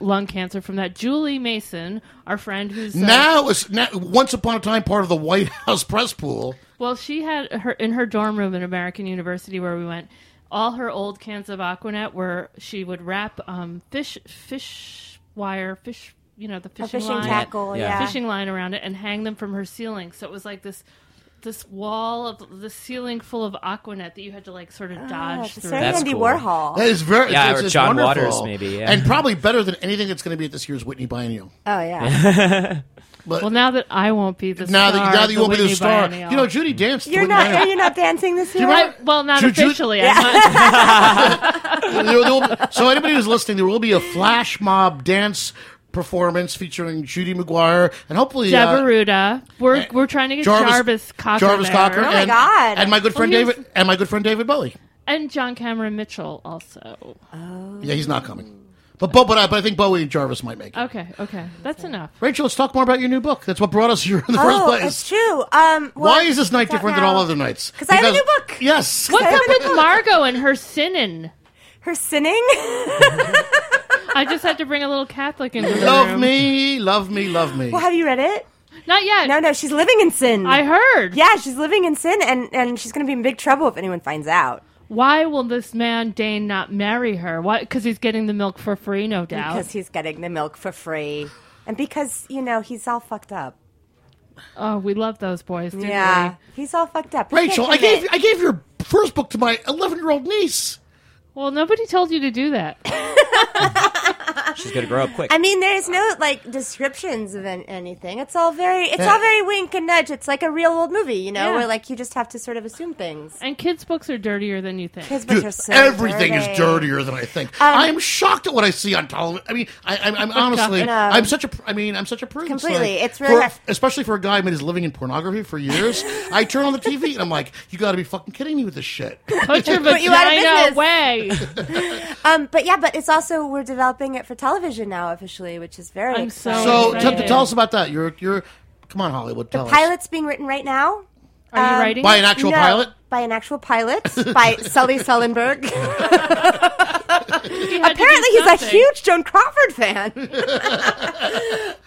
Speaker 5: lung cancer from that. Julie Mason, our friend who's. uh,
Speaker 6: Now it's now, once upon a time part of the White House press pool.
Speaker 5: Well, she had her in her dorm room at American University where we went. All her old cans of Aquanet were she would wrap um, fish fish wire fish you know the fishing,
Speaker 8: A fishing
Speaker 5: line,
Speaker 8: tackle,
Speaker 7: Yeah.
Speaker 8: yeah.
Speaker 5: fishing line around it and hang them from her ceiling. So it was like this this wall of the ceiling full of Aquanet that you had to like sort of dodge
Speaker 8: It's
Speaker 5: through.
Speaker 8: Ah, very
Speaker 7: That's
Speaker 8: Andy
Speaker 7: cool.
Speaker 8: Warhol.
Speaker 6: That is very
Speaker 7: Yeah,
Speaker 6: it's,
Speaker 7: or
Speaker 6: it's
Speaker 7: John
Speaker 6: wonderful.
Speaker 7: Waters, maybe, yeah.
Speaker 6: and probably better than anything that's going to be at this year's Whitney Biennial.
Speaker 8: Oh yeah,
Speaker 6: But
Speaker 5: well, now that I won't be the
Speaker 6: now
Speaker 5: star
Speaker 6: that now
Speaker 5: of
Speaker 6: that you won't be the
Speaker 5: Whitney
Speaker 6: star,
Speaker 5: Biennial.
Speaker 6: you know Judy danced. at
Speaker 8: you're
Speaker 6: Whitney
Speaker 8: not. Are
Speaker 6: Biennial.
Speaker 8: you not dancing this year?
Speaker 5: I- well, not
Speaker 6: Ju- Ju-
Speaker 5: officially. I'm not-
Speaker 6: There will- there will- so anybody who's listening, there will be a flash mob dance performance featuring Judy McGuire and hopefully uh,
Speaker 5: Deb Arruda. We're we're trying to get Jarvis, Cocker.
Speaker 6: Jarvis
Speaker 5: there.
Speaker 6: Cocker,
Speaker 8: Oh my
Speaker 6: and,
Speaker 8: God.
Speaker 6: and my good friend
Speaker 5: he was-
Speaker 6: David, and my good friend David Bowie.
Speaker 5: and John Cameron Mitchell also.
Speaker 6: Yeah, he's not coming, but Bo, but I, but I think Bowie and Jarvis might make it.
Speaker 5: Okay, okay, that's enough.
Speaker 6: Rachel, let's talk more about your new book. That's what brought us here in the first
Speaker 8: oh,
Speaker 6: place.
Speaker 8: it's true. Um, well,
Speaker 6: Why is this night
Speaker 8: it's out
Speaker 6: different than
Speaker 8: now.
Speaker 6: all other nights?
Speaker 8: 'Cause I have a new book.
Speaker 6: Yes.
Speaker 5: What's up with Margot and her sinning?
Speaker 8: Her sinning.
Speaker 5: I just had to bring a little Catholic into the
Speaker 6: Love
Speaker 5: room.
Speaker 6: me, love me, love me.
Speaker 8: well, have you read it?
Speaker 5: Not yet.
Speaker 8: No, no. She's living in sin.
Speaker 5: I heard.
Speaker 8: Yeah, she's living in sin, and and she's going to be in big trouble if anyone finds out.
Speaker 5: Why will this man Dane not marry her? Why? Because he's getting the milk for free, no doubt.
Speaker 8: Because he's getting the milk for free. And because, you know, he's all fucked up.
Speaker 5: oh, we love those boys. Didn't
Speaker 8: Yeah.
Speaker 5: We?
Speaker 8: He's all fucked up. He
Speaker 6: Rachel, I
Speaker 8: can't
Speaker 6: gave
Speaker 8: commit.
Speaker 6: I gave your first book to my 11 year old niece.
Speaker 5: Well, nobody told you to do that.
Speaker 7: She's gonna grow up quick.
Speaker 8: I mean, there's no like descriptions of an- anything. It's all very, it's all very wink and nudge. It's like a real old movie, you know,
Speaker 5: Yeah.
Speaker 8: where like you just have to sort of assume things.
Speaker 5: And kids' books are dirtier than you think.
Speaker 8: His books
Speaker 6: Dude,
Speaker 8: are so
Speaker 6: everything
Speaker 8: dirty. Um,
Speaker 6: is dirtier than I think. I am shocked at what I see on television. I mean, I, I'm, I'm honestly,
Speaker 8: No.
Speaker 6: I'm such a, pr- I mean, I'm such a prude. It's
Speaker 8: Completely.
Speaker 6: like,
Speaker 8: It's really
Speaker 6: for-
Speaker 8: hard.
Speaker 6: especially for a guy who is living in pornography for years. I turn on the TV and I'm like, you got to be fucking kidding me with this shit.
Speaker 5: Put your
Speaker 8: Put you out of
Speaker 5: vagina
Speaker 8: business.
Speaker 5: away.
Speaker 8: Um, but yeah, but it's also we're developing it for television now officially, which is very.
Speaker 5: I'm so
Speaker 8: exciting.
Speaker 6: so
Speaker 5: Right.
Speaker 6: t- t- tell us about that. You're you're, come on, Hollywood, tell us.
Speaker 8: pilot's being written right now.
Speaker 6: Uh,
Speaker 5: Are you writing?
Speaker 6: By an actual
Speaker 8: No,
Speaker 6: pilot.
Speaker 8: By an actual pilot, by Sully Sullenberg.
Speaker 5: You had to do
Speaker 8: Apparently, he's a
Speaker 5: something.
Speaker 8: huge Joan Crawford fan.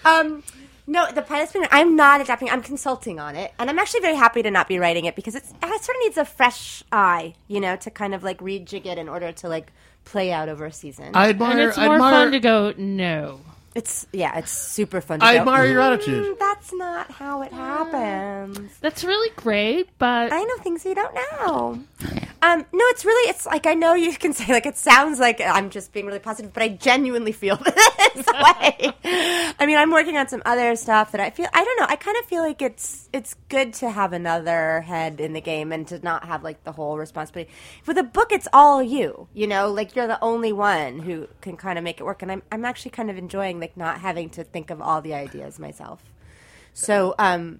Speaker 8: um, no, the pilot's been. I'm not adapting. I'm consulting on it, and I'm actually very happy to not be writing it because it's, it sort of needs a fresh eye, you know, to kind of like rejig it in order to like play out over a season.
Speaker 6: I admire.
Speaker 5: And it's
Speaker 6: I
Speaker 5: more
Speaker 6: admire,
Speaker 5: fun to go no.
Speaker 8: it's yeah, it's super fun. To
Speaker 6: I
Speaker 8: go,
Speaker 6: admire your
Speaker 8: "Mm,
Speaker 6: attitude.
Speaker 8: That's not how it happens.
Speaker 5: That's really great, but
Speaker 8: I know things you don't know. Um, no, it's really, it's like I know you can say like it sounds like I'm just being really positive, but I genuinely feel this way. I mean, I'm working on some other stuff that I feel I don't know. I kind of feel like it's it's good to have another head in the game and to not have like the whole responsibility. With a book, it's all you. You know, like you're the only one who can kind of make it work, and I'm I'm actually kind of enjoying like not having to think of all the ideas myself. So, um,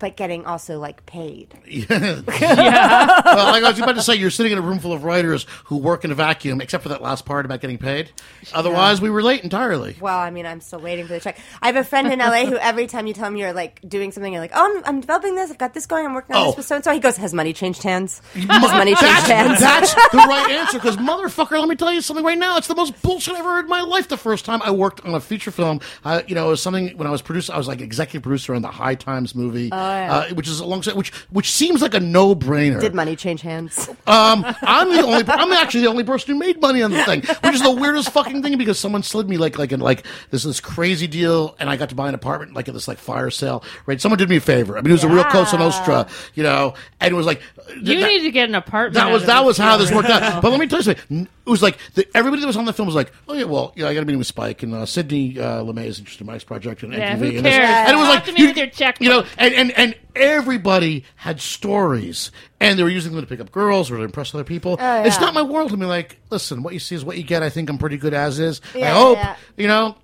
Speaker 8: but getting also like paid.
Speaker 6: well, like I was about to say, you're sitting in a room full of writers who work in a vacuum, except for that last part about getting paid. Otherwise, we were late entirely.
Speaker 8: Well, I mean, I'm still waiting for the check. I have a friend in LA who every time you tell him you're like doing something, you're like, oh, I'm, I'm developing this. I've got this going. I'm working on
Speaker 6: Oh.
Speaker 8: this with so and so. He goes, has money changed hands? Has
Speaker 6: Mo-
Speaker 8: money
Speaker 6: that's,
Speaker 8: changed hands?
Speaker 6: that's the right answer because motherfucker, let me tell you something right now. It's the most bullshit I ever heard in my life. The first time I worked on a feature film, uh, you know, it was something when I was producer, I was like executive producer on the High Times movie,
Speaker 8: Oh,
Speaker 6: uh, which is alongside which which seems like a no brainer.
Speaker 8: Did money change hands?
Speaker 6: Um, I'm the only. I'm actually the only person who made money on the thing, which is the weirdest fucking thing because someone slid me like like in like this this crazy deal, and I got to buy an apartment like at this like fire sale. Right? Someone did me a favor. I mean, it was a real Cosa Nostra, you know, and it was like
Speaker 5: You
Speaker 6: that-
Speaker 5: need to get an apartment.
Speaker 6: that
Speaker 5: out
Speaker 6: was
Speaker 5: of
Speaker 6: that
Speaker 5: this
Speaker 6: was how this
Speaker 5: story.
Speaker 6: worked out. But let me tell you something. It was like the, everybody that was on the film was like, "Oh yeah, well, yeah, I got a meeting with Spike and uh, Sydney uh, LeMay is interested in my project and
Speaker 5: Yeah,
Speaker 6: NTV."
Speaker 5: who
Speaker 6: and, this.
Speaker 5: cares?
Speaker 6: and it was
Speaker 5: Talk
Speaker 6: like
Speaker 5: to me with your checkbook.
Speaker 6: you know, and, and and everybody had stories, and they were using them to pick up girls or to impress other people.
Speaker 5: Oh,
Speaker 6: It's not my world. I mean, like, listen, what you see is what you get. I think I'm pretty good as is. I
Speaker 8: Yeah,
Speaker 6: hope
Speaker 8: yeah.
Speaker 6: you know.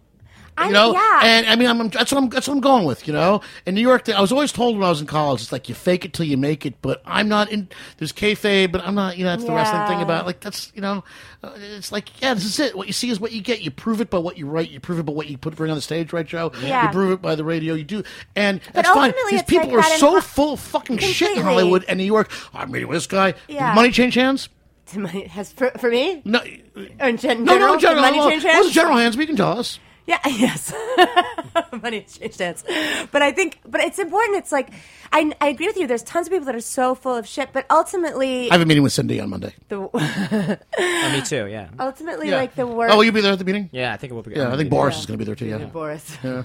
Speaker 8: I-
Speaker 6: you know,
Speaker 8: yeah.
Speaker 6: and I mean, I'm, I'm- that's what I'm that's what I'm going with. You know, in New York, I was always told when I was in college, it's like you fake it till you make it. But I'm not in. There's kayfabe, but I'm not. You know, that's the wrestling
Speaker 8: Yeah.
Speaker 6: thing about like that's you know, uh, it's like yeah, this is it. What you see is what you get. You prove it by what you write. You prove it by what you put bring on the stage, right, Joe?
Speaker 8: Yeah.
Speaker 6: You prove it by the radio you do, and that's fine.
Speaker 8: ultimately,
Speaker 6: These
Speaker 8: it's like
Speaker 6: people are
Speaker 8: that in
Speaker 6: so
Speaker 8: Ho-
Speaker 6: full of fucking shit in
Speaker 8: Completely.
Speaker 6: Hollywood and New York. I'm meeting with this guy.
Speaker 8: Yeah.
Speaker 6: Money change hands?
Speaker 8: Did money has for, for me?
Speaker 6: No.
Speaker 8: Or in gen-
Speaker 6: No, no,
Speaker 8: general?
Speaker 6: in general.
Speaker 8: Did money
Speaker 6: well,
Speaker 8: change
Speaker 6: well,
Speaker 8: hands?
Speaker 6: it's general hands, but you can tell us.
Speaker 8: Yeah, yes. Money has changed hands. But I think, but it's important. It's like, I, I agree with you. There's tons of people that are so full of shit, but ultimately,
Speaker 6: I have a meeting with Cindy on Monday.
Speaker 8: the,
Speaker 7: Oh, me too. Yeah.
Speaker 8: ultimately, like the work.
Speaker 6: Oh, will you be there at the meeting?
Speaker 7: Yeah, I think it will be.
Speaker 6: Yeah, I think Boris is going to be there too. Yeah.
Speaker 8: Boris.
Speaker 6: Yeah.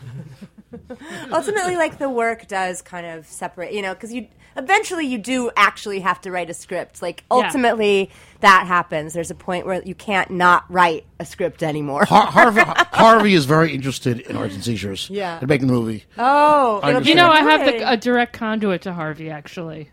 Speaker 8: ultimately like the work does kind of separate you know because you eventually you do actually have to write a script like ultimately that happens there's a point where you can't not write a script anymore
Speaker 6: Har- Harvey, Harvey is very interested in arts and seizures.
Speaker 8: Yeah.
Speaker 6: They're making the movie.
Speaker 8: oh
Speaker 6: I
Speaker 8: it'll be
Speaker 5: You know, I have
Speaker 8: good.
Speaker 5: the, a direct conduit to Harvey. Actually,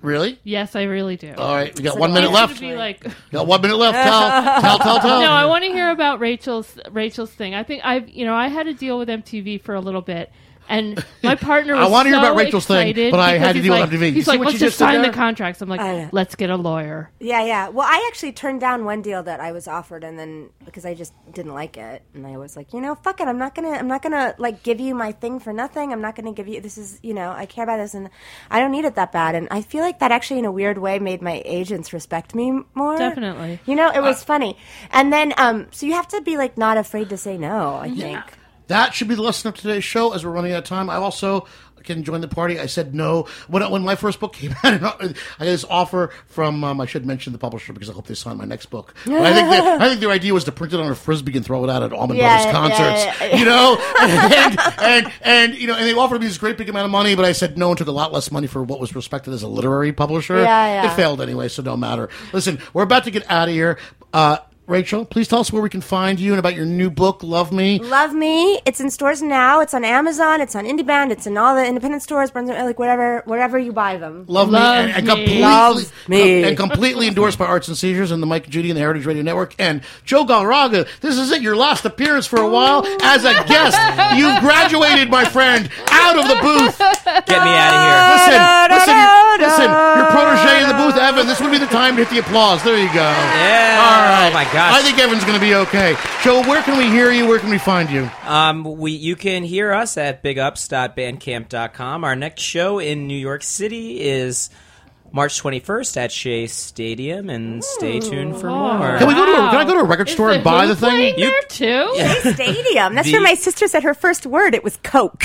Speaker 6: Really?
Speaker 5: yes, I really do.
Speaker 6: All right, we got
Speaker 8: like
Speaker 6: one
Speaker 8: a
Speaker 6: minute
Speaker 8: lot.
Speaker 5: To
Speaker 6: Oh, left. Oh,
Speaker 5: be like.
Speaker 6: Got one minute left. Tell, tell, tell, tell.
Speaker 5: no, I want to hear about Rachel's Rachel's thing. I think I've you know I had a deal with MTV for a little bit, and my partner.
Speaker 6: I
Speaker 5: Was
Speaker 6: wanna hear
Speaker 5: so
Speaker 6: about Rachel's thing,
Speaker 5: excited
Speaker 6: but I
Speaker 5: because
Speaker 6: had to
Speaker 5: he's
Speaker 6: deal with
Speaker 5: like,
Speaker 6: MTV. You
Speaker 5: He's
Speaker 6: see
Speaker 5: like,
Speaker 6: what
Speaker 5: let's
Speaker 6: she
Speaker 5: just
Speaker 6: just did
Speaker 5: sign
Speaker 6: there?
Speaker 5: the contracts. I'm like,
Speaker 8: I know.
Speaker 5: let's get a lawyer.
Speaker 8: yeah yeah well i actually turned down one deal that i was offered and then because i just didn't like it and i was like you know fuck it i'm not gonna i'm not gonna like give you my thing for nothing i'm not gonna give you this is you know i care about this and i don't need it that bad and i feel like that actually in a weird way made my agents respect me m- more
Speaker 5: Definitely.
Speaker 8: You know, it was funny. And then, um, so you have to be like not afraid to say no. I think.
Speaker 6: That should be the lesson of today's show as we're running out of time. I also can join the party. I said no. When, when my first book came out, I got this offer from, um, I should mention the publisher because I hope they sign my next book. But I, think that, I think their idea was to print it on a frisbee and throw it out at Almond
Speaker 8: Yeah,
Speaker 6: Brothers concerts,
Speaker 8: yeah, yeah.
Speaker 6: you know? And, and, and, you know, and they offered me this great big amount of money, but I said no and took a lot less money for what was respected as a literary publisher.
Speaker 8: Yeah, yeah.
Speaker 6: It failed anyway, so no matter. Listen, we're about to get out of here. Uh, Rachel, please tell us where we can find you and about your new book, Love Me.
Speaker 8: Love Me. It's in stores now. It's on Amazon. It's on IndieBound. It's in all the independent stores, Barnes and- like wherever, wherever you buy them.
Speaker 6: Love,
Speaker 5: Love
Speaker 6: me, and, and
Speaker 5: me.
Speaker 6: completely,
Speaker 8: Loves me.
Speaker 6: and completely endorsed by Arts and Seizures and the Mike and Judy and the Heritage Radio Network and Joe Galarraga. This is it, your last appearance for a while as a guest. You graduated, my friend, out of the booth.
Speaker 7: Get me out of here.
Speaker 6: Listen, listen, listen. Your protege in the booth, Evan. This would be the time to hit the applause. There you go.
Speaker 7: Yeah.
Speaker 6: All right.
Speaker 7: Oh my gosh.
Speaker 6: I think Evan's going to be okay. Joe, where can we hear you? Where can we find you?
Speaker 7: Um, we you can hear us at bigups.bandcamp.com. Our next show in New York City is March 21st at Shea Stadium, and stay tuned for more.
Speaker 6: Oh. Can we go to? A,
Speaker 5: Wow.
Speaker 6: can I go to a record
Speaker 5: Is
Speaker 6: store
Speaker 5: the
Speaker 6: and buy
Speaker 5: Who
Speaker 6: the thing?
Speaker 5: playing there too.
Speaker 8: Stadium. That's
Speaker 7: The-
Speaker 8: where my sister said her first word. It was Coke.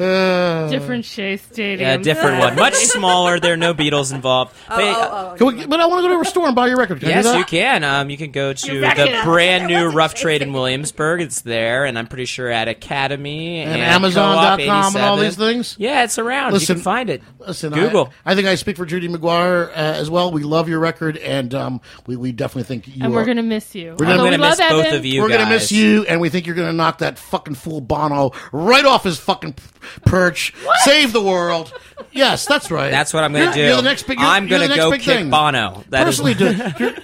Speaker 6: Uh,
Speaker 5: Different Shea Stadium.
Speaker 7: Yeah, a different one, much smaller. There are no Beatles involved.
Speaker 6: Oh,
Speaker 7: They-
Speaker 6: Can we, but I want to go to a store and buy your record. Can I do
Speaker 7: Yes,
Speaker 6: that?
Speaker 7: you can. Um, you can go to the
Speaker 5: reckon-
Speaker 7: brand new Rough Trade in Williamsburg. It's there, and I'm pretty sure at Academy and,
Speaker 6: And Amazon.com and all
Speaker 7: 87.
Speaker 6: these things?
Speaker 7: Yeah, it's around.
Speaker 6: Listen-
Speaker 7: you can find it.
Speaker 6: Listen,
Speaker 7: Google.
Speaker 6: I, I think I speak for Judy McGuire uh, as well. We love your record, and um, we, we definitely think you.
Speaker 5: And
Speaker 6: are-
Speaker 5: we're gonna miss you.
Speaker 6: We're
Speaker 7: I'm
Speaker 6: gonna-
Speaker 5: Although
Speaker 7: going to
Speaker 5: Oh, we
Speaker 7: miss
Speaker 5: love
Speaker 7: both
Speaker 5: Evan.
Speaker 7: of you.
Speaker 6: We're gonna
Speaker 7: guys.
Speaker 6: miss you, and we think you're gonna knock that fucking fool Bono right off his fucking p- perch. Save the world. Yes, that's right.
Speaker 7: That's what I'm going
Speaker 6: You're-
Speaker 7: to do.
Speaker 6: You're the next big. You're,
Speaker 7: I'm
Speaker 6: you're
Speaker 7: going
Speaker 6: the
Speaker 7: to
Speaker 6: next
Speaker 7: go
Speaker 6: big
Speaker 7: kick
Speaker 6: thing.
Speaker 7: Bono. That is-
Speaker 6: Personally, do. you're-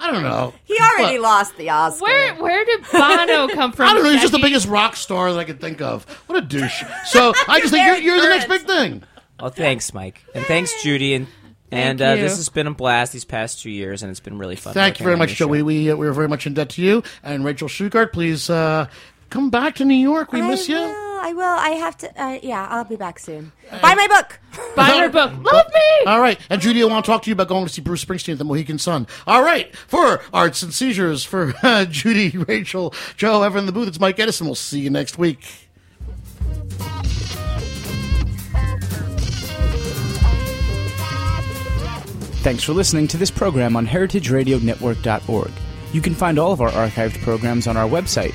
Speaker 6: I don't know.
Speaker 10: He already lost the Oscar.
Speaker 5: Where where did Bono come from?
Speaker 6: I don't know. He's just the
Speaker 5: Jackie?
Speaker 6: biggest rock star that I could think of. What a douche. So I just think you're, you're the next big thing.
Speaker 7: Well, Oh, thanks, Mike, and thanks, Judy, and and uh,
Speaker 5: you.
Speaker 7: this has been a blast these past two years, and it's been really fun.
Speaker 6: Thank
Speaker 7: working
Speaker 6: you very
Speaker 7: on
Speaker 6: much,
Speaker 7: your
Speaker 6: Joey. We, uh, we are very much in debt to you. And Rachel Shugart, please uh, come back to New York. We
Speaker 10: I
Speaker 6: miss
Speaker 10: will,
Speaker 6: you.
Speaker 10: I will. I have to. Uh, yeah, I'll be back soon. Buy my book.
Speaker 5: Buy her book. Love me.
Speaker 6: All right. And Judy, I want to talk to you about going to see Bruce Springsteen at the Mohegan Sun. All right. For Arts and Seizures, for uh, Judy, Rachel, Joe, Evan in the booth, it's Mike Edison. We'll see you next week.
Speaker 2: Thanks for listening to this program on heritageradionetwork.org. You can find all of our archived programs on our website